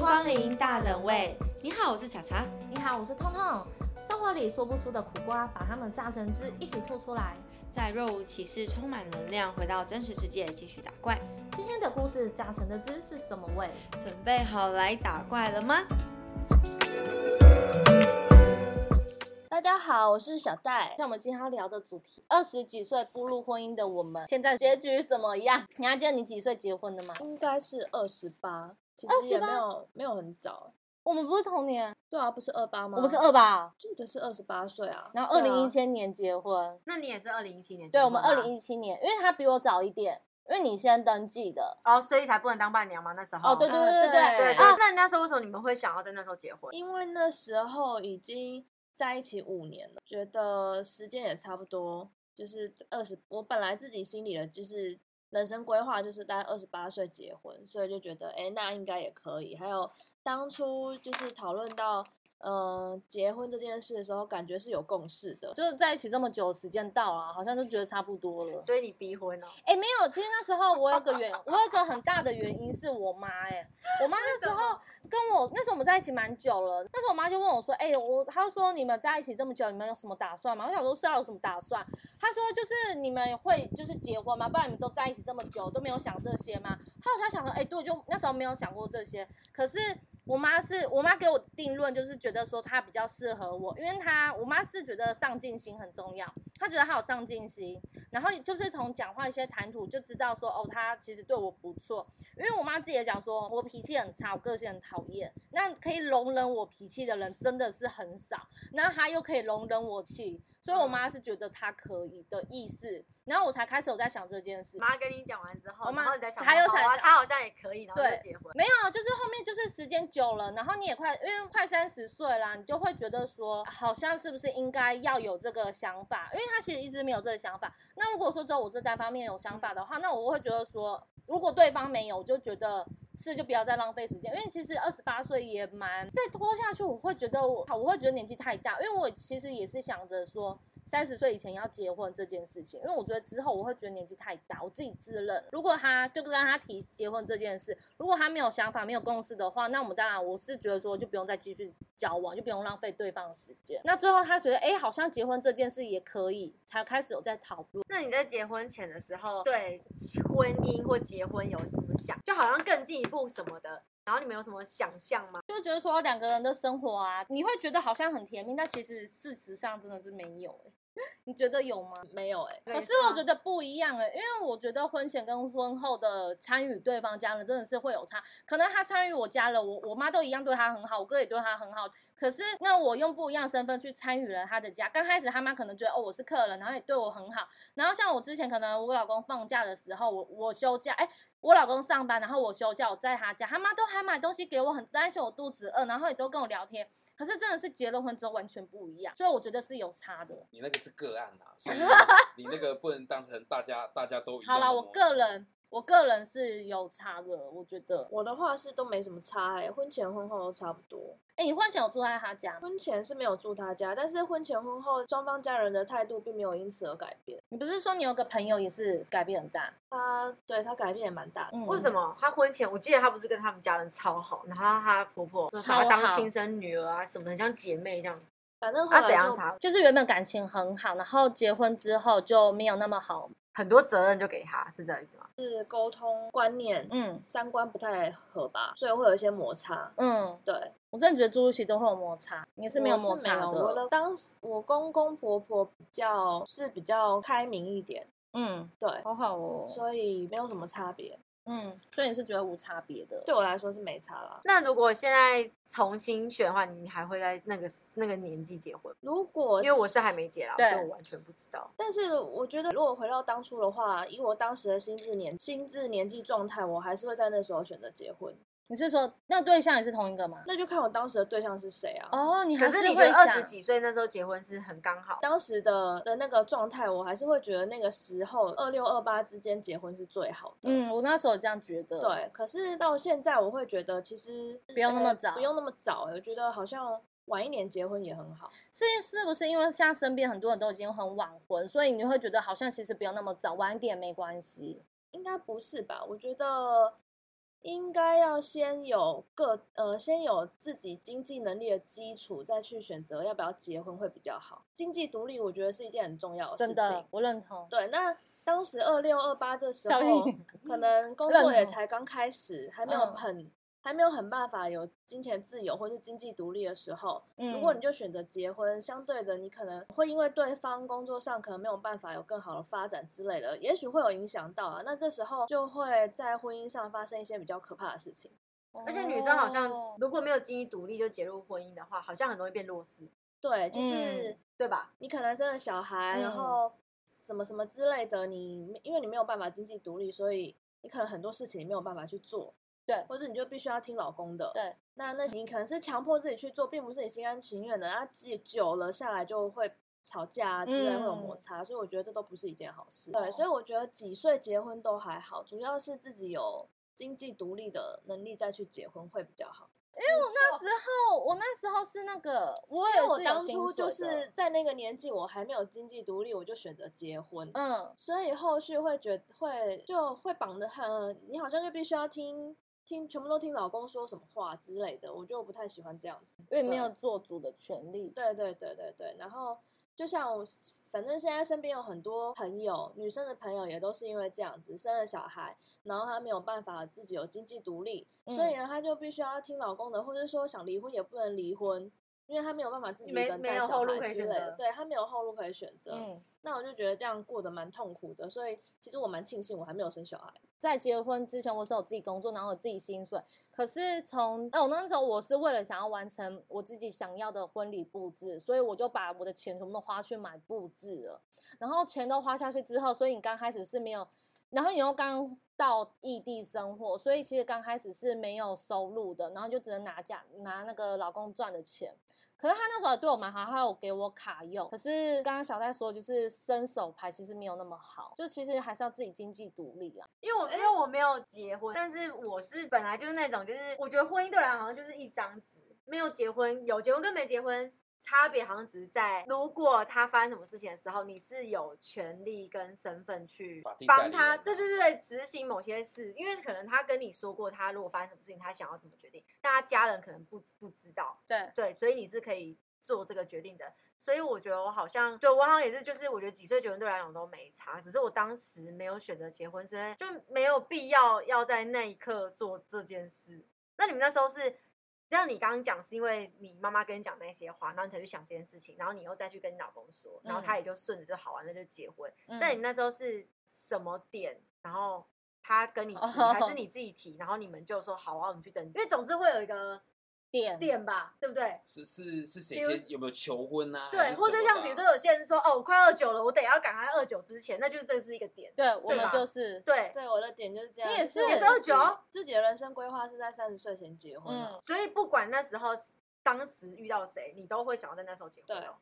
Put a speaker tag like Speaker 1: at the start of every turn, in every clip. Speaker 1: 光临大冷味。你好，我是查查。
Speaker 2: 你好，我是痛痛。生活里说不出的苦瓜，把它们榨成汁一起吐出来。
Speaker 1: 在若无其事、充满能量，回到真实世界继续打怪。
Speaker 2: 今天的故事榨成的汁是什么味？
Speaker 1: 准备好来打怪了吗？
Speaker 3: 大家好，我是小戴。像我们今天要聊的主题，二十几岁步入婚姻的我们，现在结局怎么样？你还记得你几岁结婚的吗？
Speaker 4: 应该是二十八，其实也
Speaker 3: 28
Speaker 4: 没有没有很早。
Speaker 3: 我们不是同年，
Speaker 4: 对啊，不是二八吗？
Speaker 3: 我们是，二吧，
Speaker 4: 记得是二十八岁啊。
Speaker 3: 然后二
Speaker 4: 对啊
Speaker 3: 零一七年结婚。
Speaker 1: 那你也是二零一七年
Speaker 3: 对，我们二零
Speaker 1: 一
Speaker 3: 一七年，因为他比我早一点，因为你先登记的。
Speaker 1: 哦，所以才不能当伴娘吗？那时候
Speaker 3: 哦，对对
Speaker 2: 嗯
Speaker 3: 对对
Speaker 4: 呃
Speaker 1: 对
Speaker 3: 对
Speaker 1: 对
Speaker 3: 啊，
Speaker 1: 那那时候为什么你们会想要在那时候结婚？
Speaker 4: 因为那时候已经在一起五年了，觉得时间也差不多，就是二十。我本来自己心里的就是人生规划就是大概二十八岁结婚，所以就觉得哎、诶那应该也可以。还有当初就是讨论到嗯、呃结婚这件事的时候，感觉是有共识的。
Speaker 3: 就是在一起这么久，时间到了，好像就觉得差不多了。
Speaker 1: 所以你逼婚哦？
Speaker 3: 哎、没有，其实那时候我有个原，我有个很大的原因是我妈、哎，我妈那时候跟我那时候我们在一起蛮久了，那时候我妈就问我说，哎、我她就说你们在一起这么久，你们有什么打算吗？我想说是要有什么打算，她说就是你们会就是结婚吗？不然你们都在一起这么久都没有想这些吗？后来我才想说，哎、对，就那时候没有想过这些，可是。我妈是我妈给我定论，就是觉得说她比较适合我，因为她我妈是觉得上进心很重要，她觉得她有上进心，然后就是从讲话一些谈吐就知道说，哦，他其实对我不错。因为我妈自己也讲说，我脾气很差，我个性很讨厌，那可以容忍我脾气的人真的是很少。那她又可以容忍我气，所以我妈是觉得她可以的意思。然后我才开始有在想这件事。
Speaker 1: 妈跟你讲完之后，
Speaker 3: 我妈
Speaker 1: 然后你再想说，
Speaker 3: 还有
Speaker 1: 好啊
Speaker 3: 想
Speaker 1: 她好像也可以，然后就
Speaker 3: 对
Speaker 1: 结婚。
Speaker 3: 没有，啊就是后面就是时间久了，然后你也快，因为快三十岁啦，你就会觉得说，好像是不是应该要有这个想法？因为他其实一直没有这个想法。那如果说只有我这单方面有想法的话，那我会觉得说，如果对方没有，我就觉得是就不要再浪费时间，因为其实二十八岁也蛮再拖下去，我会觉得我我会觉得年纪太大，因为我其实也是想着说三十岁以前要结婚这件事情，因为我觉得之后我会觉得年纪太大，我自己自认，如果他就跟他提结婚这件事，如果他没有想法、没有共识的话，那我们当然我是觉得说就不用再继续交往，就不用浪费对方的时间。那最后他觉得哎、诶好像结婚这件事也可以，才开始有在讨论。
Speaker 1: 那你在结婚前的时候，对婚姻或结婚有什么想？就好像更进一步什么的，然后你们有什么想象吗？
Speaker 3: 就觉得说两个人的生活啊，你会觉得好像很甜蜜，但其实事实上真的是没有、欸、 你觉得有吗？
Speaker 4: 没有哎、
Speaker 3: 可是
Speaker 1: 嗯
Speaker 3: 我觉得不一样哎、因为我觉得婚前跟婚后的参与对方家人真的是会有差，可能他参与我家人，我我妈都一样对他很好，我哥也对他很好，可是那我用不一样的身份去参与了他的家，刚开始他妈可能觉得哦我是客人，然后也对我很好，然后像我之前可能我老公放假的时候，我我休假，哎、我老公上班，然后我休假，我在他家，他妈都还买东西给我，很担心我肚子饿，然后也都跟我聊天。可是真的是结了婚之后完全不一样，所以我觉得是有差的。
Speaker 5: 你那个是个案啊，所以你那个不能当成大家大家都一
Speaker 3: 好
Speaker 5: 样的
Speaker 3: 啦，
Speaker 5: 模
Speaker 3: 我
Speaker 5: 式
Speaker 3: 个人我个人是有差的，我觉得。
Speaker 4: 我的话是都没什么差哎、婚前婚后都差不多。
Speaker 3: 哎、你婚前有住在他家吗？
Speaker 4: 婚前是没有住他家，但是婚前婚后双方家人的态度并没有因此而改变。
Speaker 3: 你不是说你有个朋友也是改变很大？
Speaker 4: 他对他改变也蛮大的，
Speaker 3: 嗯，
Speaker 1: 为什？么她婚前，我记得她不是跟他们家人超好，然后她婆婆就把她
Speaker 3: 超
Speaker 1: 当
Speaker 3: 好
Speaker 1: 亲生女儿啊，什么很像姐妹这样。
Speaker 4: 反
Speaker 3: 啊
Speaker 4: 正后
Speaker 1: 她
Speaker 4: 来
Speaker 1: 怎
Speaker 4: 就、
Speaker 1: 样查？
Speaker 3: 就是原本感情很好，然后结婚之后就没有那么好。
Speaker 1: 很多责任就给她，是这样意思吗？
Speaker 4: 是沟通观念、
Speaker 3: 嗯
Speaker 4: 三观不太合吧，所以会有一些摩擦。
Speaker 3: 嗯，
Speaker 4: 对，
Speaker 3: 我真的觉得住一起都会有摩擦，你是没有
Speaker 4: 我
Speaker 3: 摩擦
Speaker 4: 没有我
Speaker 3: 的。
Speaker 4: 的当时我公公婆婆比较是比较开明一点，
Speaker 3: 嗯，
Speaker 4: 对，
Speaker 3: 好好哦。
Speaker 4: 所以没有什么差别。
Speaker 3: 嗯，所以你是觉得无差别的？
Speaker 4: 对我来说是没差啦。
Speaker 1: 那如果现在重新选的话，你还会在那个那个年纪结婚吗？
Speaker 4: 如果
Speaker 1: 因为我是还没结啦，所
Speaker 3: 对
Speaker 1: 以我完全不知道。
Speaker 4: 但是我觉得，如果回到当初的话，以我当时的心智年心智年纪状态，我还是会在那时候选择结婚。
Speaker 3: 你是说那对象也是同一个吗？
Speaker 4: 那就看我当时的对象是谁啊。
Speaker 3: 哦，你还
Speaker 1: 可是你觉
Speaker 3: 会
Speaker 1: 得二
Speaker 3: 想
Speaker 1: 十几岁那时候结婚是很刚好，
Speaker 4: 当时的的那个状态，我还是会觉得那个时候二六二八之间结婚是最好的。，
Speaker 3: 嗯，我那时候也这样觉得。，
Speaker 4: 对。可是到现在，我会觉得其实
Speaker 3: 不用那么
Speaker 4: 呃
Speaker 3: 早
Speaker 4: 不用那么早、我觉得好像晚一点结婚也很好。
Speaker 3: 是是不是因为现在身边很多人都已经很晚婚，所以你会觉得好像其实不要那么早，晚一点没关系。
Speaker 4: 应该不是吧？我觉得应该要先有个呃，先有自己经济能力的基础，再去选择要不要结婚会比较好。经济独立，我觉得是一件很重要
Speaker 1: 哦
Speaker 4: 的事
Speaker 3: 真
Speaker 4: 情。
Speaker 3: 的，我认同。
Speaker 4: 对，那当时二六二八这时
Speaker 3: 小
Speaker 4: 候
Speaker 3: 玉，
Speaker 4: 可能工
Speaker 3: 认
Speaker 4: 作也
Speaker 3: 同
Speaker 4: 才刚开始，还没有
Speaker 3: 嗯
Speaker 4: 很、还没有很办法有金钱自由或是经济独立的时候，如果
Speaker 3: 嗯
Speaker 4: 你就选择结婚，相对的你可能会因为对方工作上可能没有办法有更好的发展之类的，也许会有影响到啊。那这时候就会在婚姻上发生一些比较可怕的事情。
Speaker 1: 而且女生好
Speaker 3: 哦
Speaker 1: 像如果没有经济独立就结入婚姻的话，好像很容易变弱势，
Speaker 4: 对，就是。
Speaker 1: 对吧？
Speaker 4: 你可能生了小孩，
Speaker 3: 嗯
Speaker 4: 然后什么什么之类的，你因为你没有办法经济独立，所以你可能很多事情你没有办法去做，
Speaker 3: 对
Speaker 4: 或者你就必须要听老公的，
Speaker 3: 对。
Speaker 4: 那那你可能是强迫自己去做，并不是你心甘情愿的，那自己久了下来就会。吵架啊之类会有摩
Speaker 3: 嗯
Speaker 4: 擦，所以我觉得这都不是一件好事。对，所以我觉得几岁结婚都还好，主要是自己有经济独立的能力再去结婚会比较好。
Speaker 3: 那时候我那时候是那个，我
Speaker 4: 因
Speaker 3: 也
Speaker 4: 为我
Speaker 3: 是有
Speaker 4: 当
Speaker 3: 薪
Speaker 4: 初就
Speaker 3: 水的
Speaker 4: 是在那个年纪，我还没有经济独立，我就选择结婚。
Speaker 3: 嗯，
Speaker 4: 所以后续会觉会就会绑得很，你好像就必须要听听全部都听老公说什么话之类的，我就不太喜欢这样子。
Speaker 3: 因为没
Speaker 4: 对
Speaker 3: 有做主的权利。
Speaker 4: 对对对对对，然后就像我，反正现在身边有很多朋友，女生的朋友也都是因为这样子生了小孩，然后她没有办法自己有经济独立，所
Speaker 1: 嗯
Speaker 4: 以呢，她就必须要听老公的，或者说想离婚也不能离婚。因为她没有办法自己一个
Speaker 1: 没
Speaker 4: 人
Speaker 1: 没
Speaker 4: 带
Speaker 1: 有
Speaker 4: 小
Speaker 1: 后路
Speaker 4: 孩
Speaker 1: 可以
Speaker 4: 之
Speaker 1: 选
Speaker 4: 类
Speaker 1: 择
Speaker 4: 的，对她没有后路可以选择。
Speaker 3: 嗯，
Speaker 4: 那我就觉得这样过得蛮痛苦的，所以其实我蛮庆幸我还没有生小孩。
Speaker 3: 在结婚之前，我是有自己工作，然后有自己薪水。可是从哦，那时候我是为了想要完成我自己想要的婚礼布置，所以我就把我的钱全部都花去买布置了。然后钱都花下去之后，所以你刚开始是没有，然后你又刚到异地生活，所以其实刚开始是没有收入的，然后就只能拿假拿那个老公赚的钱。可是他那时候也对我蛮好，他有给我卡用。可是刚刚小戴说，就是伸手牌其实没有那么好，就其实还是要自己经济独立啊。
Speaker 1: 因为我因为我没有结婚，但是我是本来就是那种，就是我觉得婚姻对我来讲好像就是一张纸，没有结婚，有结婚跟没结婚差别好像只是在，如果他发生什么事情的时候，你是有权利跟身份去
Speaker 5: 法定代理
Speaker 1: 帮他，
Speaker 5: 人
Speaker 1: 对对对，执行某些事，因为可能他跟你说过，他如果发生什么事情，他想要怎么决定，但他家人可能不不知道，
Speaker 3: 对，
Speaker 1: 对，所以你是可以做这个决定的。所以我觉得我好像对我好像也是，就是我觉得几岁结婚对我来讲都没差，只是我当时没有选择结婚，所以就没有必要要在那一刻做这件事。那你们那时候是，像你刚刚讲，是因为你妈妈跟你讲那些话，然后你才去想这件事情，然后你又再去跟你老公说，然后他也就顺着就好啊玩，那就结婚。那你
Speaker 3: 嗯、
Speaker 1: 那时候是什么点？然后他跟你提，
Speaker 3: 哦
Speaker 1: 还是你自己提？然后你们就说好啊，我们去等你，因为总是会有一个
Speaker 3: 点
Speaker 1: 点吧，对不对？
Speaker 5: 是是是谁
Speaker 1: 比如
Speaker 5: 先有没有求婚啊？还
Speaker 1: 对，
Speaker 5: 是
Speaker 1: 或
Speaker 5: 什
Speaker 1: 者
Speaker 5: 么
Speaker 1: 像
Speaker 5: 的
Speaker 1: 比如
Speaker 5: 啊
Speaker 1: 说，有些人说哦，我快二九了，我得要赶快二九之前，那就是这是一个点。
Speaker 3: 对我
Speaker 1: 对吧
Speaker 3: 们就是
Speaker 1: 对，
Speaker 4: 对，我的点就是这样。
Speaker 3: 你也
Speaker 4: 就是我
Speaker 3: 你也是啊
Speaker 4: 自己
Speaker 1: 29
Speaker 4: 自己的人生规划是在三十岁前结婚啊。
Speaker 3: 嗯，
Speaker 1: 所以不管那时候当时遇到谁，你都会想要在那时候结婚
Speaker 4: 对
Speaker 1: 哦。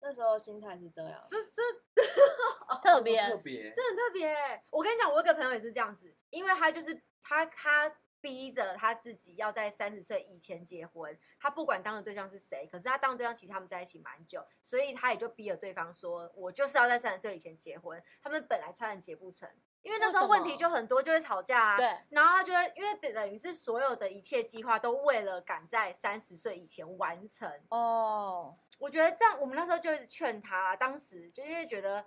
Speaker 4: 那时候心态是这样。
Speaker 1: 哦
Speaker 3: 特
Speaker 5: 哦特
Speaker 3: 别
Speaker 5: 别
Speaker 1: 这很特别欸、我跟你讲，我有个朋友也是这样子，因为他就是他他逼着他自己要在三十岁以前结婚，他不管当的对象是谁，可是他当的对象其实他们在一起蛮久，所以他也就逼了对方说，我就是要在三十岁以前结婚。他们本来差点结不成，因为那时候
Speaker 3: 为什
Speaker 1: 问
Speaker 3: 么
Speaker 1: 题就很多，就会吵架啊。
Speaker 3: 对，
Speaker 1: 然后他就会，因为等于是所有的一切计划都为了赶在三十岁以前完成。
Speaker 3: 哦，
Speaker 1: 我觉得这样，我们那时候就一直劝他，当时就因为觉得，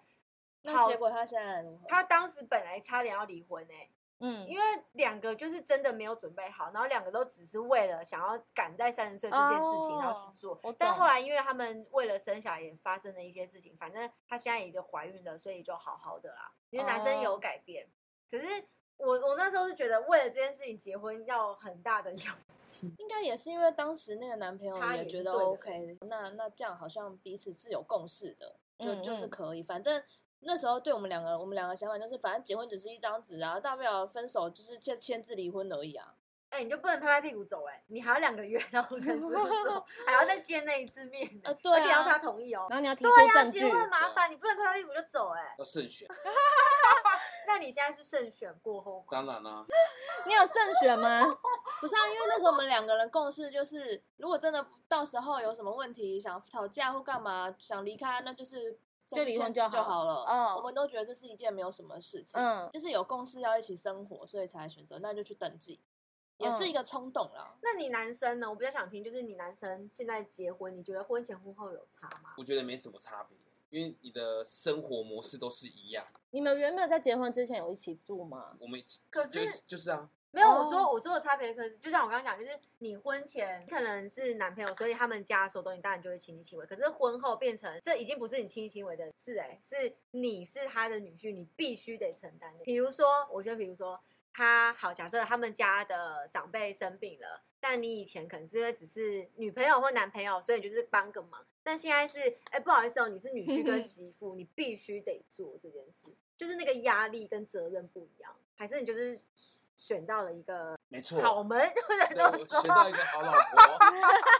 Speaker 4: 那结果他现在如何？
Speaker 1: 他当时本来差点要离婚哎、
Speaker 3: 嗯，
Speaker 1: 因为两个就是真的没有准备好，然后两个都只是为了想要赶在三十岁这件事情、然后
Speaker 3: 哦
Speaker 1: 去做
Speaker 3: 我。
Speaker 1: 但
Speaker 3: 懂
Speaker 1: 后来因为他们为了生小孩也发生了一些事情，反正她现在也就怀孕了，所以就好好的啦。因为男生有
Speaker 3: 哦
Speaker 1: 改变，可是我我那时候是觉得为了这件事情结婚要很大的勇气。
Speaker 4: 应该也是因为当时那个男朋友
Speaker 1: 他也
Speaker 4: 也
Speaker 1: 是
Speaker 4: 觉得
Speaker 1: 对的
Speaker 4: OK，那那这样好像彼此是有共识的，就
Speaker 3: 嗯
Speaker 4: 就是
Speaker 3: 嗯
Speaker 4: 可以。反正那时候对我们两个，我们两个想法就是，反正结婚只是一张纸啊，大不了分手就是签签字离婚而已啊。
Speaker 1: 哎、你就不能拍拍屁股走哎、你还要两个月，然后才分手，还要再见那一次面、欸，
Speaker 4: 呃对
Speaker 1: 而且要
Speaker 4: 啊
Speaker 1: 他同意哦、
Speaker 3: 然后你要提
Speaker 1: 对
Speaker 3: 出
Speaker 1: 呀、
Speaker 3: 证
Speaker 1: 结
Speaker 3: 据，
Speaker 1: 婚很麻烦，你不能拍拍屁股就走哎、
Speaker 5: 要慎选，
Speaker 1: 那你现在是慎选过后吗？
Speaker 5: 当然啦、
Speaker 3: 你有胜选吗？
Speaker 4: 不是啊，因为那时候我们两个人共识就是，如果真的到时候有什么问题，想吵架或干嘛，想离开，那就是再
Speaker 3: 就
Speaker 4: 去
Speaker 3: 离
Speaker 4: 签
Speaker 3: 婚
Speaker 4: 字
Speaker 3: 就
Speaker 4: 就
Speaker 3: 好
Speaker 4: 好了。
Speaker 3: 哦
Speaker 4: 我们都觉得这是一件没有什么事情，
Speaker 3: 嗯
Speaker 4: 就是有共识要一起生活，所以才选择那就去登记。也是一个冲动啦。
Speaker 1: 那你男生呢？我比较想听，就是你男生现在结婚，你觉得婚前婚后有差吗？
Speaker 5: 我觉得没什么差别，因为你的生活模式都是一样。
Speaker 3: 你们原本在结婚之前有一起住吗？
Speaker 5: 我们就
Speaker 1: 可是
Speaker 5: 就是啊，
Speaker 1: 没有，
Speaker 3: 哦
Speaker 1: 我说我说的差别，可是就像我刚刚讲，就是你婚前可能是男朋友，所以他们家所有东西当然就会亲力亲为。可是婚后变成这已经不是你亲力亲为的事、哎，是你是他的女婿，你必须得承担的。比如说，我觉得比如说他好，假设他们家的长辈生病了，但你以前可能是因为只是女朋友或男朋友，所以你就是帮个忙。但现在是，哎、不好意思哦，你是女婿跟媳妇，你必须得做这件事，就是那个压力跟责任不一样，还是你就是选到了一个
Speaker 5: 没错。
Speaker 1: 好门，或者
Speaker 5: 对，我
Speaker 1: 都
Speaker 5: 学到一
Speaker 1: 说，
Speaker 5: 个好老婆。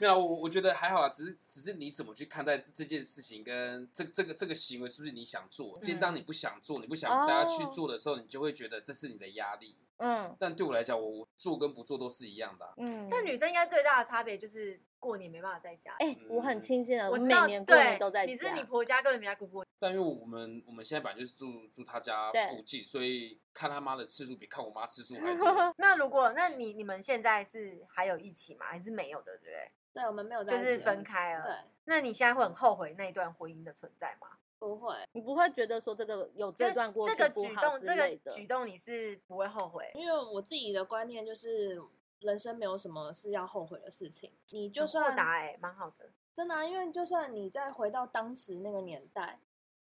Speaker 5: 没有，啊我我觉得还好啦，只是只是你怎么去看待这这件事情，跟这这个这个行为是不是你想做？今天当你不想做，你不想大家去
Speaker 3: 哦
Speaker 5: 做的时候，你就会觉得这是你的压力。
Speaker 3: 嗯
Speaker 5: 但对我来讲，我我做跟不做都是一样的啊、
Speaker 3: 嗯。
Speaker 1: 但女生应该最大的差别就是过年没办法在家。
Speaker 3: 哎、我很庆幸的，
Speaker 1: 我知
Speaker 3: 每
Speaker 1: 道，
Speaker 3: 年过
Speaker 1: 对
Speaker 3: 年都在
Speaker 1: 你是
Speaker 3: 家。
Speaker 1: 你婆家根本没来姑姑，
Speaker 5: 但因为我们我们现在本来就是住住他家
Speaker 3: 对
Speaker 5: 附近，所以看他妈的次数比看我妈次数还 多。
Speaker 1: 那如果那你你们现在是还有一起吗？还是没有的，对不对？
Speaker 4: 对，我们没有在
Speaker 1: 就
Speaker 4: 一
Speaker 1: 是
Speaker 4: 起
Speaker 1: 分。开了。
Speaker 4: 对，
Speaker 1: 那你现在会很后悔那一段婚姻的存在吗？
Speaker 4: 不会，
Speaker 3: 你不会觉得说这个有
Speaker 1: 就
Speaker 3: 这段过
Speaker 1: 这
Speaker 3: 去
Speaker 1: 个
Speaker 3: 不
Speaker 1: 举
Speaker 3: 好
Speaker 1: 动，
Speaker 3: 之
Speaker 1: 这
Speaker 3: 类
Speaker 1: 个
Speaker 3: 的？
Speaker 1: 举动你是不会后悔。
Speaker 4: 因为我自己的观念就是，人生没有什么是要后悔的事情。你就
Speaker 1: 很豁
Speaker 4: 算
Speaker 1: 达哎、蛮好的。
Speaker 4: 真的啊、因为就算你再回到当时那个年代，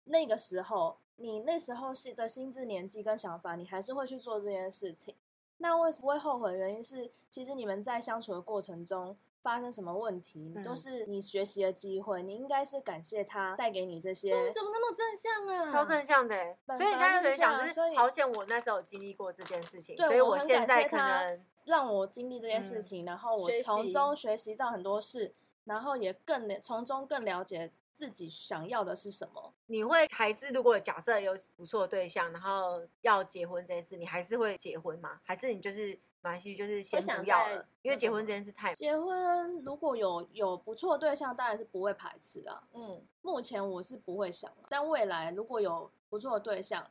Speaker 4: 那个时候，你那时候是的心智年纪跟想法，你还是会去做这件事情。那为什么会后悔？原因是其实你们在相处的过程中发生什么问题，
Speaker 1: 嗯
Speaker 4: 都是你学习的机会。你应该是感谢他带给你这些。
Speaker 1: 嗯
Speaker 3: 哦你怎么那么正向啊？
Speaker 1: 超正向的欸、
Speaker 4: 本
Speaker 1: 所以你现在
Speaker 4: 来
Speaker 1: 有
Speaker 4: 就是
Speaker 1: 点想，
Speaker 4: 这样
Speaker 1: 只
Speaker 4: 所
Speaker 1: 是
Speaker 4: 以
Speaker 1: 好险我那时候有经历过这件事情，
Speaker 4: 对
Speaker 1: 所以
Speaker 4: 我很
Speaker 1: 现
Speaker 4: 感
Speaker 1: 在
Speaker 4: 谢
Speaker 1: 可
Speaker 4: 他
Speaker 1: 能
Speaker 4: 让我经历这件
Speaker 1: 嗯
Speaker 4: 事情，然后我
Speaker 3: 学
Speaker 4: 从
Speaker 3: 习
Speaker 4: 中学习到很多事，然后也更了从中更了解自己想要的是什么。
Speaker 1: 你会还是如果假设有不错的对象，然后要结婚这件事，你还是会结婚吗？还是你就是马来西亚就是先
Speaker 3: 想
Speaker 1: 不要
Speaker 3: 再
Speaker 1: 了，因为
Speaker 3: 那
Speaker 1: 结
Speaker 3: 个
Speaker 1: 婚
Speaker 3: 吗
Speaker 1: 这件事太
Speaker 4: 结婚如果有有不错的对象，当然是不会排斥啊。
Speaker 3: 嗯，
Speaker 4: 目前我是不会想啊，但未来如果有不错的对象，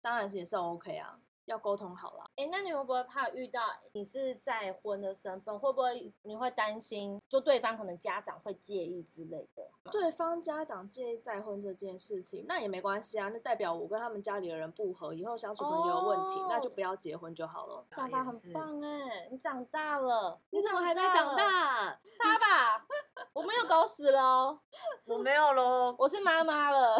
Speaker 4: 当然是也是 OK 啊，要沟通好啦。
Speaker 3: 哎、那你会不会怕遇到你是再婚的身份，会不会你会担心，就对方可能家长会介意之类的？
Speaker 4: 对方家长介意再婚这件事情，那也没关系啊，那代表我跟他们家里的人不合，以后相处可能也有问题，
Speaker 3: 哦
Speaker 4: 那就不要结婚就好了。
Speaker 1: 想
Speaker 3: 想法很棒哎、你长大了，
Speaker 4: 你怎么还没长
Speaker 3: 大了？
Speaker 4: 大？
Speaker 3: 他吧，我没有狗屎了哦，
Speaker 1: 我没有喽。
Speaker 3: 我是妈妈了，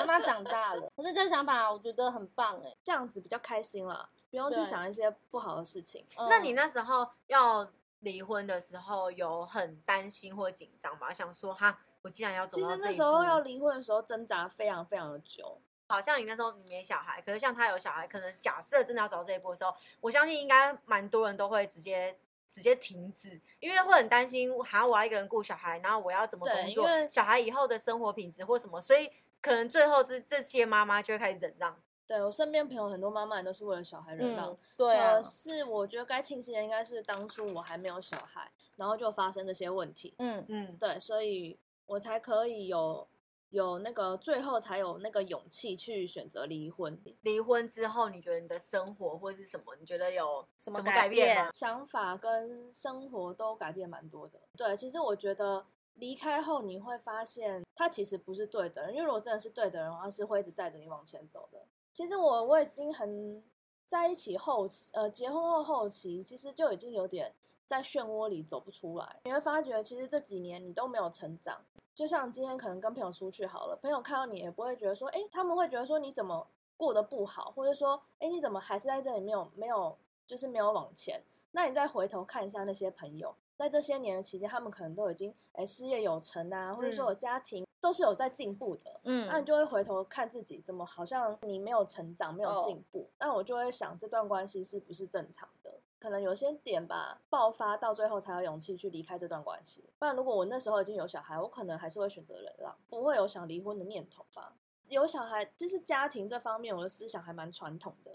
Speaker 3: 妈妈长大了。可是这个想法我觉得很棒哎、
Speaker 4: 这样子比较开心啦，不用去
Speaker 3: 对
Speaker 4: 想一些不好的事情。
Speaker 3: 嗯
Speaker 1: 那你那时候要离婚的时候，有很担心或紧张吗？想说哈，我既然要走
Speaker 4: 其
Speaker 1: 到这
Speaker 4: 实
Speaker 1: 一步，
Speaker 4: 那时候要离婚的时候挣扎非常非常的久，
Speaker 1: 好像你那时候你没小孩，可是像他有小孩，可能假设真的要走到这一步的时候，我相信应该蛮多人都会直接直接停止，因为会很担心，好像我要一个人顾小孩，然后我要怎么
Speaker 4: 对
Speaker 1: 工
Speaker 4: 因
Speaker 1: 作，
Speaker 4: 为
Speaker 1: 小孩以后的生活品质或什么，所以可能最后这这些妈妈就会开始忍让。
Speaker 4: 对我身边朋友很多妈妈也都是为了小孩忍让，
Speaker 3: 嗯，对啊
Speaker 4: 可，是我觉得该庆幸的应该是当初我还没有小孩，然后就发生这些问题，
Speaker 3: 嗯，
Speaker 1: 嗯，
Speaker 4: 对，所以我才可以有有那个最后才有那个勇气去选择离婚。
Speaker 1: 离婚之后，你觉得你的生活或是什么，你觉得有
Speaker 3: 什
Speaker 1: 么
Speaker 3: 么
Speaker 1: 改
Speaker 3: 改变
Speaker 1: 吗？
Speaker 4: 想法跟生活都改变蛮多的。对，其实我觉得离开后你会发现，他其实不是对的人，因为如果真的是对的人的话，是会一直带着你往前走的。其实我我已经很在一起后期，呃，结婚后后期，其实就已经有点在漩涡里走不出来。你会发觉，其实这几年你都没有成长。就像今天可能跟朋友出去好了，朋友看到你也不会觉得说，哎、他们会觉得说你怎么过得不好，或者说，哎、你怎么还是在这里没有没有，就是没有往前。那你再回头看一下那些朋友，在这些年的期间，他们可能都已经哎、诶事业有成啊，或者说有家庭，都是有在进步的。
Speaker 3: 嗯，
Speaker 4: 那你就会回头看自己，怎么好像你没有成长，没有
Speaker 3: 哦
Speaker 4: 进步？那我就会想，这段关系是不是正常的？可能有些点吧，爆发到最后才有勇气去离开这段关系。不然，如果我那时候已经有小孩，我可能还是会选择忍让，不会有想离婚的念头吧。有小孩，就是家庭这方面，我的思想还蛮传统的。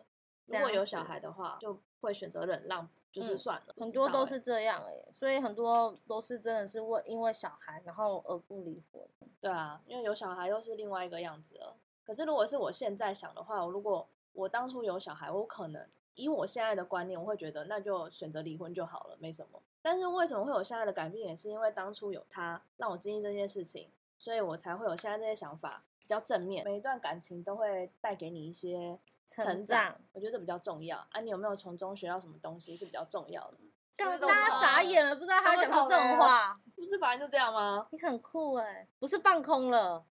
Speaker 3: 这
Speaker 4: 如
Speaker 3: 样
Speaker 4: 果有
Speaker 3: 子
Speaker 4: 小孩的话，就会选择忍让，就是
Speaker 3: 嗯
Speaker 4: 算了。不
Speaker 3: 很
Speaker 4: 知
Speaker 3: 多
Speaker 4: 道
Speaker 3: 都
Speaker 4: 欸
Speaker 3: 是这样哎、所以很多都是真的是为因为小孩然后而不离婚。
Speaker 4: 对啊，因为有小孩又是另外一个样子了。可是如果是我现在想的话，我如果我当初有小孩，我可能以我现在的观念，我会觉得那就选择离婚就好了，没什么。但是为什么会有现在的改变，也是因为当初有他让我经历这件事情，所以我才会有现在这些想法，比较正面。每一段感情都会带给你一些
Speaker 3: 成
Speaker 4: 成
Speaker 3: 长
Speaker 4: 长，我觉得这比较重要。啊，你有没有从中学到什么东西是比较重要的？
Speaker 3: 干
Speaker 1: 吃肉
Speaker 3: 大家
Speaker 1: 包
Speaker 3: 傻眼了，不知道他会讲出这种
Speaker 1: 啊
Speaker 3: 话。
Speaker 4: 不是本来就这样吗？
Speaker 3: 你很酷哎、不是放空了，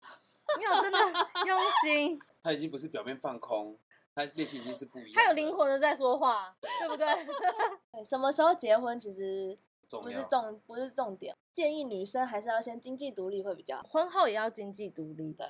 Speaker 3: 你有 真的用心，
Speaker 5: 他已经不是表面放空，他内心已经是不一样的，
Speaker 3: 他有灵魂的在说话，对不 对？
Speaker 4: 对，什么时候结婚其实
Speaker 5: 重
Speaker 4: 不
Speaker 5: 要，
Speaker 4: 是重不是重点，建议女生还是要先经济独立会比较好。
Speaker 3: 婚后也要经济独立，
Speaker 4: 对，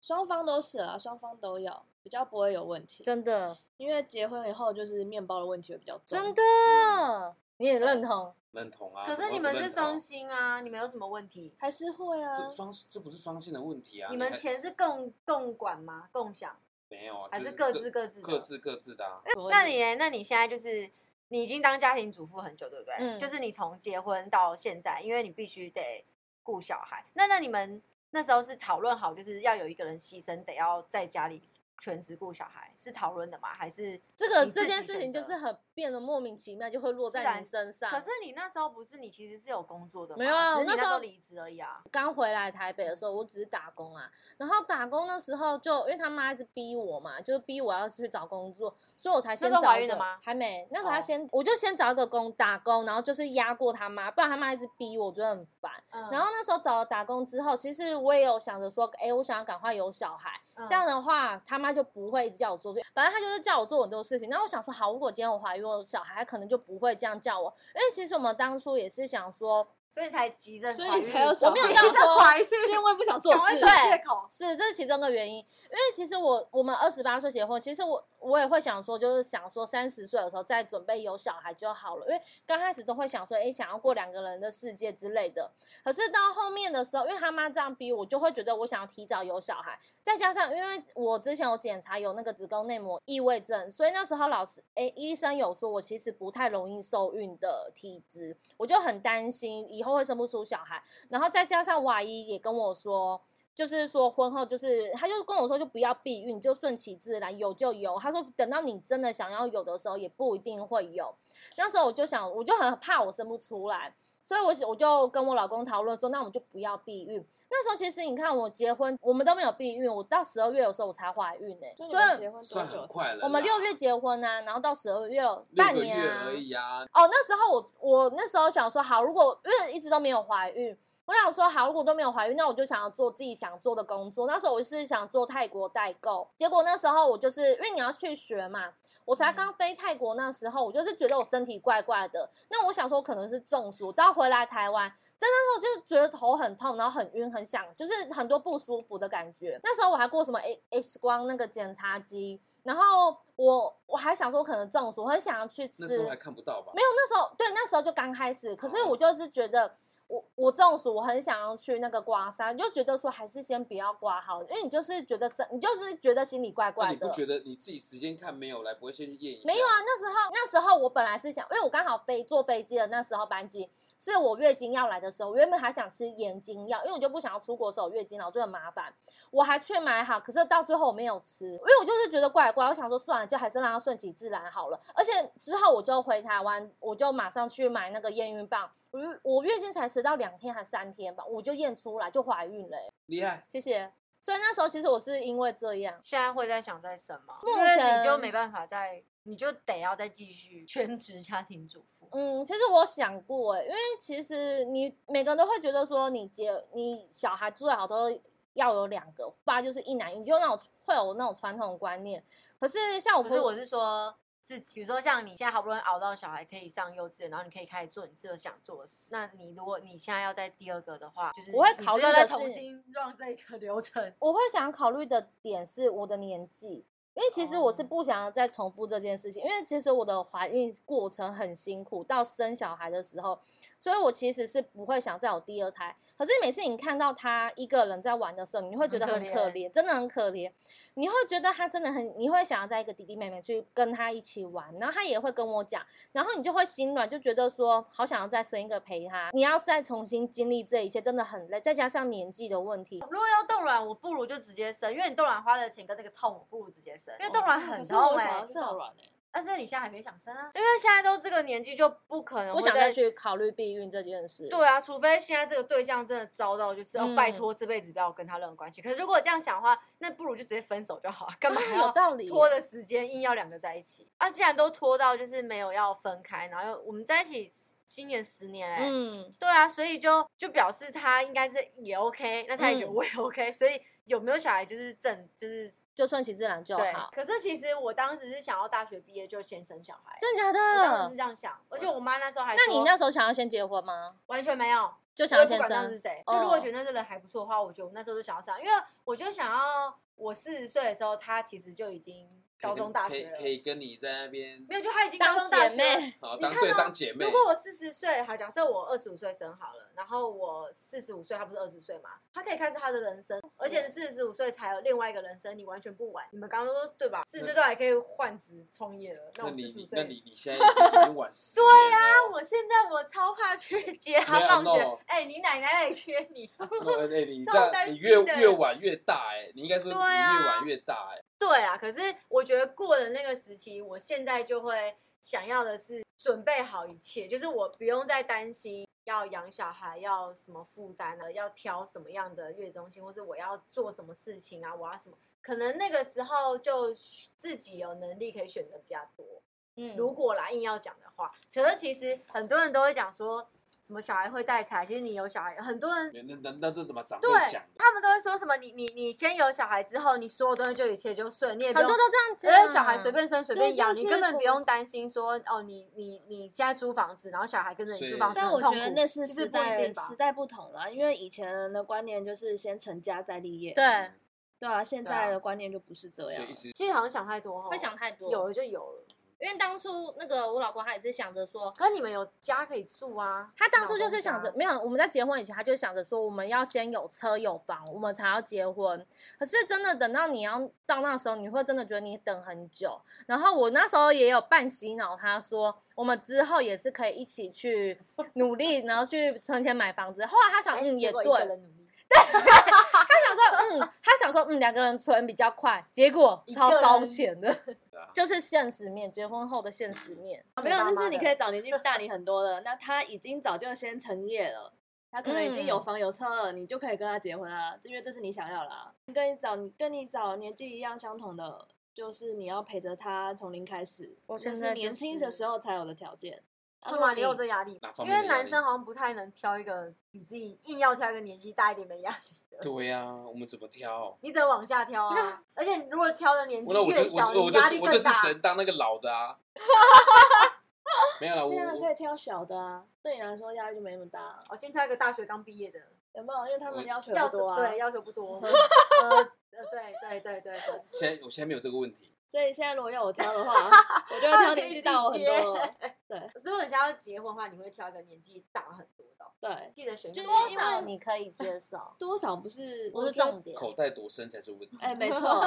Speaker 4: 双方都是啊，双方都要，比较不会有问题。
Speaker 3: 真的
Speaker 4: 因为结婚以后就是面包的问题会比较重。
Speaker 3: 真的，你也认
Speaker 1: 哦
Speaker 3: 同？
Speaker 5: 认同啊。
Speaker 1: 可是
Speaker 5: 怎么
Speaker 1: 你们
Speaker 5: 不认
Speaker 1: 是双
Speaker 5: 同
Speaker 1: 薪啊，你们有什么问题？
Speaker 4: 还是会啊，
Speaker 5: 这双这不是双性的问题啊，
Speaker 1: 你们
Speaker 5: 还
Speaker 1: 钱是共共管吗？共享
Speaker 5: 没有啊，
Speaker 1: 还
Speaker 5: 就是是
Speaker 1: 各自各自的？
Speaker 5: 各自各自的啊。
Speaker 4: 不会
Speaker 1: 那你呢？那你现在就是你已经当家庭主妇很久，对不对？
Speaker 3: 嗯
Speaker 1: 就是你从结婚到现在，因为你必须得顾小孩。那那你们那时候是讨论好，就是要有一个人牺牲，得要在家里全职顾小孩，是讨论的吗？还是
Speaker 3: 这个
Speaker 1: 你自
Speaker 3: 这
Speaker 1: 己
Speaker 3: 件事
Speaker 1: 选
Speaker 3: 情就
Speaker 1: 择
Speaker 3: 是很变得莫名其妙，就会落
Speaker 1: 自
Speaker 3: 在
Speaker 1: 然
Speaker 3: 你身上。
Speaker 1: 可是你那时候不是你其实是有工作的吗，
Speaker 3: 没有
Speaker 1: 只
Speaker 3: 啊
Speaker 1: 是
Speaker 3: 我
Speaker 1: 你
Speaker 3: 那
Speaker 1: 时
Speaker 3: 时
Speaker 1: 候
Speaker 3: 候
Speaker 1: 离职而已啊。
Speaker 3: 刚回来台北的时候，我只是打工啊。然后打工的时候就，因为他妈一直逼我嘛，就是逼我要去找工作，所以我才先
Speaker 1: 那时候
Speaker 3: 找
Speaker 1: 怀
Speaker 3: 一
Speaker 1: 孕了
Speaker 3: 个
Speaker 1: 吗。
Speaker 3: 还没，那时候他
Speaker 1: 哦
Speaker 3: 先，我就先找一个工打工，然后就是压过他妈，不然他妈一直逼我，我觉得很烦。
Speaker 1: 嗯
Speaker 3: 然后那时候找了打工之后，其实我也有想着说，哎，我想要赶快有小孩，这样
Speaker 1: 嗯
Speaker 3: 的话他妈就不会一直叫我做事，反正他就是叫我做很多事情。然后我想说，好，如果今天我怀孕，我有小孩，他可能就不会这样叫我，因为其实我们当初也是想说，
Speaker 1: 所以才急着怀孕，
Speaker 4: 所以你才有
Speaker 3: 我
Speaker 4: 小
Speaker 3: 没有
Speaker 4: 孩
Speaker 3: 这
Speaker 1: 急
Speaker 3: 样
Speaker 1: 着
Speaker 3: 说，
Speaker 1: 怀孕，
Speaker 4: 是因为不想做
Speaker 1: 赶快
Speaker 4: 事
Speaker 1: 找，
Speaker 3: 对
Speaker 1: 借口。
Speaker 3: 是，这是其中一个原因。因为其实我我们二十八岁结婚，其实我我也会想说，就是想说三十岁的时候再准备有小孩就好了。因为刚开始都会想说，哎，想要过两个人的世界之类的。可是到后面的时候，因为他妈这样逼我，就会觉得我想要提早有小孩。再加上因为我之前有检查有那个子宫内膜异位症，所以那时候老师哎、医生有说我其实不太容易受孕的体质，我就很担心以后会生不出小孩。然后再加上我阿姨也跟我说，就是说婚后就是，她就跟我说就不要避孕，就顺其自然，有就有。她说等到你真的想要有的时候，也不一定会有。那时候我就想，我就很怕我生不出来。所以我，我就跟我老公讨论说，那我们就不要避孕。那时候其实你看，我结婚我们都没有避孕，我到十二月的时候我才怀孕呢、
Speaker 4: 就你
Speaker 3: 所
Speaker 4: 们
Speaker 3: 以
Speaker 4: 结婚多
Speaker 5: 算
Speaker 4: 久
Speaker 5: 很？快了。
Speaker 3: 我们六月，结婚啊，然后到十二月
Speaker 5: 六
Speaker 3: 半
Speaker 5: 个
Speaker 3: 年
Speaker 5: 月
Speaker 3: 啊
Speaker 5: 而已啊，
Speaker 3: 哦，那时候我我那时候想说，好，如果因为一直都没有怀孕，我想说好，如果都没有怀孕，那我就想要做自己想做的工作。那时候我是想做泰国代购，结果那时候我就是因为你要去学嘛，我
Speaker 5: 嗯
Speaker 3: 才刚飞泰国那时候，我就是觉得我身体怪怪的。那我想说可能是中暑，到回来台湾，真的那时候就是觉得头很痛，然后很晕，很想，就是很多不舒服的感觉。那时候我还过什么 A X 光那个检查机，然后我我还想说可能中暑，我很想要去吃。
Speaker 5: 那时候还看不到吧
Speaker 3: 没？有，那时候对，那时候就刚开始，可
Speaker 5: 哦
Speaker 3: 是我就是觉得。我我中暑，我很想要去那个刮痧，就觉得说还是先不要刮好了，因为你就是觉得身，你就是觉得心里怪
Speaker 5: 那
Speaker 3: 怪
Speaker 5: 你不
Speaker 3: 的。
Speaker 5: 觉得你自己时间看没有来，不会先去验一下？
Speaker 3: 没有啊，，那时候那时候我本来是想，因为我刚好飞坐飞机的那时候班机是我月经要来的时候，我原本还想吃眼睛药，因为我就不想要出国的时候有月经来，我就很麻烦，我还去买好，可是到最后我没有吃，因为我就是觉得怪怪，我想说算了，就还是让它顺其自然好了。而且之后我就回台湾，我就马上去买那个验孕棒，我月我月经才迟到两天还三天吧，我就验出来就怀孕了、欸
Speaker 5: 厉害，
Speaker 3: 谢谢。所以那时候其实我是因为这样。
Speaker 1: 现在会在想在什么？
Speaker 3: 目
Speaker 1: 因为你就
Speaker 3: 前
Speaker 1: 没办法再，你就得要再继续全职家庭主妇。
Speaker 3: 嗯，其实我想过哎，因为其实你每个人都会觉得说，你结你小孩最好都要有两个，不然就是一男一女，就那种会有那种传统观念。可是像哦我
Speaker 1: 不是，我是说自己，比如说像你现在好不容易熬到小孩可以上幼稚园，然后你可以开始做你自己想做的事。那你如果你现在要在第二个的话，就是
Speaker 3: 我会
Speaker 1: 你是
Speaker 3: 考虑
Speaker 1: 要
Speaker 3: 的
Speaker 1: 再
Speaker 3: 是
Speaker 1: 重新让这个流 程。
Speaker 3: 我会想考虑的点是我的年纪，因为其实我是
Speaker 1: 哦
Speaker 3: 不想要再重复这件事情，因为其实我的怀孕过程很辛苦，到生小孩的时候，所以我其实是不会想再有第二胎。可是每次你看到他一个人在玩的时候，你会觉得
Speaker 1: 很可
Speaker 3: 很可
Speaker 1: 怜
Speaker 3: 怜，真的很可怜。你会觉得他真的很，你会想要在一个弟弟妹妹去跟他一起玩，然后他也会跟我讲，然后你就会心软，就觉得说好想要再生一个陪他。你要再重新经历这一切，真的很累，再加上年纪的问题，
Speaker 1: 如果要冻卵，我
Speaker 5: 哦
Speaker 3: 哦
Speaker 1: 不如就直接生，因为你冻卵花的钱跟那个痛，我不如直接生，因为冻卵
Speaker 4: 可
Speaker 1: 很
Speaker 4: 是我
Speaker 1: 痛
Speaker 4: 想
Speaker 1: 哎、
Speaker 4: 要是冻卵哎，
Speaker 1: 但是你现在还没想生啊，因为现在都这个年纪就不可能
Speaker 3: 不
Speaker 1: 会
Speaker 3: 想再去考虑避孕这件事。
Speaker 1: 对啊，除非现在这个对象真的糟到，就是要、哦拜
Speaker 3: 嗯
Speaker 1: 托这辈子不要跟他任何关系。可是如果这样想的话，那不如就直接分手就好了，干嘛还
Speaker 3: 有
Speaker 1: 要
Speaker 3: 道理耶，
Speaker 1: 拖的时间硬要两个在一起？啊，既然都拖到就是没有要分开，然后又我们在一起今年十年哎、
Speaker 3: 嗯，
Speaker 1: 对啊，所以就就表示他应该是也 OK，那他也觉得
Speaker 3: 嗯
Speaker 1: 我也 OK，、所以有没有小孩就是正就是
Speaker 3: 就顺其自然就
Speaker 1: 对
Speaker 3: 好。。
Speaker 1: 可是其实我当时是想要大学毕业就先生小孩，
Speaker 3: 真的假
Speaker 1: 我当时
Speaker 3: 的
Speaker 1: 是？这样想，而且我妈那时候还
Speaker 3: 那你
Speaker 1: 说
Speaker 3: 那时候想要先结婚吗？
Speaker 1: 完全没有，
Speaker 3: 就
Speaker 1: 我
Speaker 3: 想
Speaker 1: 也
Speaker 3: 要
Speaker 1: 不
Speaker 3: 先
Speaker 1: 管当时是
Speaker 3: 生？
Speaker 1: 谁，就如果
Speaker 3: 哦
Speaker 1: 觉得那个人还不错的话，我觉得我那时候就想要上，因为我就想要我四十岁的时候，他其实就已经高中大
Speaker 5: 可以
Speaker 1: 学
Speaker 5: 可以
Speaker 1: 了
Speaker 5: 可，以跟你在那边
Speaker 1: 没有，就他已经高中大
Speaker 3: 姐
Speaker 1: 学了。
Speaker 3: 妹，
Speaker 5: 好
Speaker 1: 你
Speaker 5: 当
Speaker 1: 看
Speaker 5: 对
Speaker 1: 哦
Speaker 5: 当姐妹
Speaker 1: 如。果我四十岁，好，假设我二十五岁生好了，然后我四十五岁，他不是二十岁嘛，他可以开始他的人生，而且四十五岁才有另外一个人生，你完全不晚。你们刚刚都说对吧？四十岁都还可以换职创业了，
Speaker 5: 那
Speaker 1: 我
Speaker 5: 你
Speaker 1: 四十
Speaker 5: 你
Speaker 1: 五
Speaker 5: 那
Speaker 1: 岁。啊
Speaker 5: 你你现在已经晚 十哦对呀、
Speaker 1: 那我现在我超怕去接他
Speaker 5: 没有
Speaker 1: 放学
Speaker 5: no，
Speaker 1: 哎、你奶奶来接你。
Speaker 5: 那哎、 你这
Speaker 1: 这种
Speaker 5: 样
Speaker 1: 担
Speaker 5: 你
Speaker 1: 心
Speaker 5: 越
Speaker 1: 的
Speaker 5: 越晚越大哎、你应该说你
Speaker 1: 对
Speaker 5: 越
Speaker 1: 啊
Speaker 5: 晚越大哎、
Speaker 1: 对啊，可是我觉得过了那个时期，我现在就会想要的是准备好一切，就是我不用再担心要养小孩要什么负担了，要挑什么样的月子中心，或是我要做什么事情啊，我要什么。可能那个时候就自己有能力可以选择比较多，
Speaker 3: 嗯，
Speaker 1: 如果啦硬要讲的话，可是其实很多人都会讲说什么小孩会带财，其实你有小孩，很多人
Speaker 5: 那那那都怎么长辈
Speaker 1: 对
Speaker 5: 讲的？
Speaker 1: 他们都会说什么你你你先有小孩之后，你所有东西就一切就顺，你也不用
Speaker 3: 很多都这样啊
Speaker 1: 只
Speaker 3: 讲。
Speaker 1: 要呃小孩随便生随便养，
Speaker 4: 啊这就
Speaker 1: 你
Speaker 4: 是
Speaker 1: 根本
Speaker 4: 不
Speaker 1: 不用担心说哦，你你你现在租房子，然后小孩跟着你租
Speaker 5: 是
Speaker 1: 房子
Speaker 4: 但
Speaker 1: 很
Speaker 4: 我
Speaker 1: 痛
Speaker 4: 觉
Speaker 1: 苦，
Speaker 4: 得那是
Speaker 1: 其实
Speaker 4: 时
Speaker 1: 不一
Speaker 4: 代
Speaker 1: 定吧
Speaker 4: 时。代不同啦，因为以前人的观念就是先成家再立业，
Speaker 3: 对，
Speaker 4: 对啊，现
Speaker 1: 对啊
Speaker 4: 在的观念就不是这
Speaker 5: 所
Speaker 4: 样
Speaker 5: 以一
Speaker 4: 了。
Speaker 5: 直
Speaker 1: 其实好像想太多哦，
Speaker 2: 会想太多。
Speaker 1: 有了就有了。
Speaker 2: 因为当初那个我老公他也是想着说，
Speaker 1: 可你们有家可以住啊，
Speaker 3: 他当初
Speaker 1: 老
Speaker 3: 就
Speaker 1: 公
Speaker 3: 是想
Speaker 1: 家
Speaker 3: 着，没有我们在结婚以前，他就想着说我们要先有车有房，我们才要结婚。可是真的等到你要到那时候，你会真的觉得你等很久。然后我那时候也有半洗脑他说，我们之后也是可以一 起去努力，然后去存钱买房子。后来他想，
Speaker 1: 哎
Speaker 3: 嗯，
Speaker 1: 结
Speaker 3: 也
Speaker 1: 果
Speaker 3: 对，
Speaker 1: 一个人努力
Speaker 3: 他想 说，嗯，他想说，嗯，两个人存比较快，结果
Speaker 1: 一个
Speaker 3: 超
Speaker 1: 人
Speaker 3: 烧钱 的
Speaker 5: 啊，
Speaker 3: 就是现实面，结婚后的现实面。
Speaker 1: 当
Speaker 4: 啊没有，
Speaker 1: 爸
Speaker 4: 就
Speaker 1: 妈
Speaker 4: 是你
Speaker 1: 的
Speaker 4: 可以找年纪大你很多的，那他已经早就先成业了，他可能已经有
Speaker 3: 嗯
Speaker 4: 房有车了，你就可以跟他结婚啦，因为这是你想要啦。跟你找跟你找年纪一样相同的，就是你要陪着他从零开始，
Speaker 3: 我
Speaker 4: 这
Speaker 3: 现
Speaker 4: 是
Speaker 3: 在
Speaker 4: 年
Speaker 3: 就
Speaker 4: 轻的
Speaker 3: 是
Speaker 4: 时候才有的条件。啊
Speaker 1: 会
Speaker 4: 如果
Speaker 1: 吗？你有这压力吗
Speaker 5: 哪？方
Speaker 1: 因
Speaker 5: 面
Speaker 1: 为
Speaker 5: 的压
Speaker 1: 男
Speaker 5: 力
Speaker 1: 生好像不太能挑一个比自己硬要挑一个年纪大一点的压力的，
Speaker 5: 对呀、我们怎么挑？
Speaker 1: 你只能往下挑 啊。而且如果挑的年纪
Speaker 5: 我那我就
Speaker 1: 越小，
Speaker 5: 我我
Speaker 1: 你
Speaker 5: 就
Speaker 1: 压
Speaker 5: 是
Speaker 1: 力
Speaker 5: 我就
Speaker 1: 更
Speaker 5: 是
Speaker 1: 大。
Speaker 5: 只能当那个老的啊。没有了，我
Speaker 4: 对啊，
Speaker 5: 我
Speaker 4: 可以挑小的啊，对你来说压力就没那么大，
Speaker 1: 我先挑一个大学刚毕业的，
Speaker 4: 有没有？因为他
Speaker 5: 我
Speaker 4: 们要求也
Speaker 1: 要
Speaker 4: 不
Speaker 1: 求
Speaker 4: 多啊，
Speaker 1: 对要求不 多。呃呃，对对对对对。
Speaker 5: 现在我现在没有这个问题。
Speaker 4: 所以现在如果要我挑 的话，我就会挑年纪大我很多了。
Speaker 1: 所以，你想要结婚的话，你会挑一个年纪大很多的哦，
Speaker 4: 对，
Speaker 1: 记得选
Speaker 4: 就
Speaker 1: 女
Speaker 4: 多
Speaker 1: 生
Speaker 3: 至
Speaker 4: 少
Speaker 3: 少你可以 接受，
Speaker 4: 多少不是
Speaker 2: 不是
Speaker 4: 觉得
Speaker 2: 重点。
Speaker 5: 口袋多深才是问题。
Speaker 4: 哎、没 错，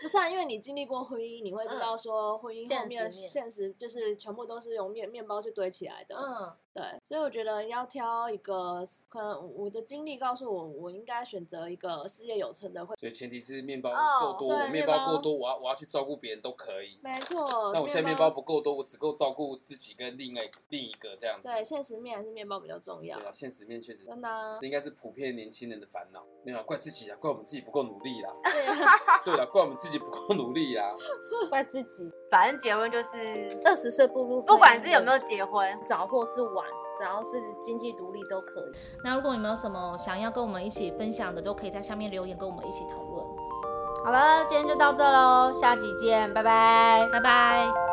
Speaker 4: 不是啊，因为你经历过婚姻，你会知道说婚姻后
Speaker 2: 嗯现实
Speaker 4: 面
Speaker 2: 面
Speaker 4: 现实就是全部都是用面面包去堆起来的。
Speaker 2: 嗯，
Speaker 4: 对，所以我觉得要挑一个，可能我的经历告诉我，我应该选择一个事业有成的会。
Speaker 5: 所以前提是面包
Speaker 1: 哦
Speaker 5: 够多，我
Speaker 4: 对
Speaker 5: 面
Speaker 4: 面
Speaker 5: 包
Speaker 4: 包
Speaker 5: 够多，我要我要去照顾别人都可以。
Speaker 4: 没错，
Speaker 5: 但我现在面包不够多，我只够照顾自己跟另外一个另一个这样子。
Speaker 4: 对现实面还是面包比较重要
Speaker 5: 对。啊，现实面确实，
Speaker 4: 真的啊、
Speaker 5: 这应该是普遍年轻人的烦恼。没有啦怪自己啊，怪我们自己不够努力啦。
Speaker 4: 对，
Speaker 5: 对了，怪我们自己不够努力啊啦。
Speaker 3: 怪自己。
Speaker 1: 反正结婚就是，
Speaker 3: 二十岁步入婚姻
Speaker 1: 不管是有没有结婚，
Speaker 3: 早或是晚，只要是经济独立都可以。那如果你们有什么想要跟我们一起分享的，都可以在下面留言跟我们一起讨论。
Speaker 1: 好了，今天就到这喽，下集见，拜拜。
Speaker 3: 拜拜。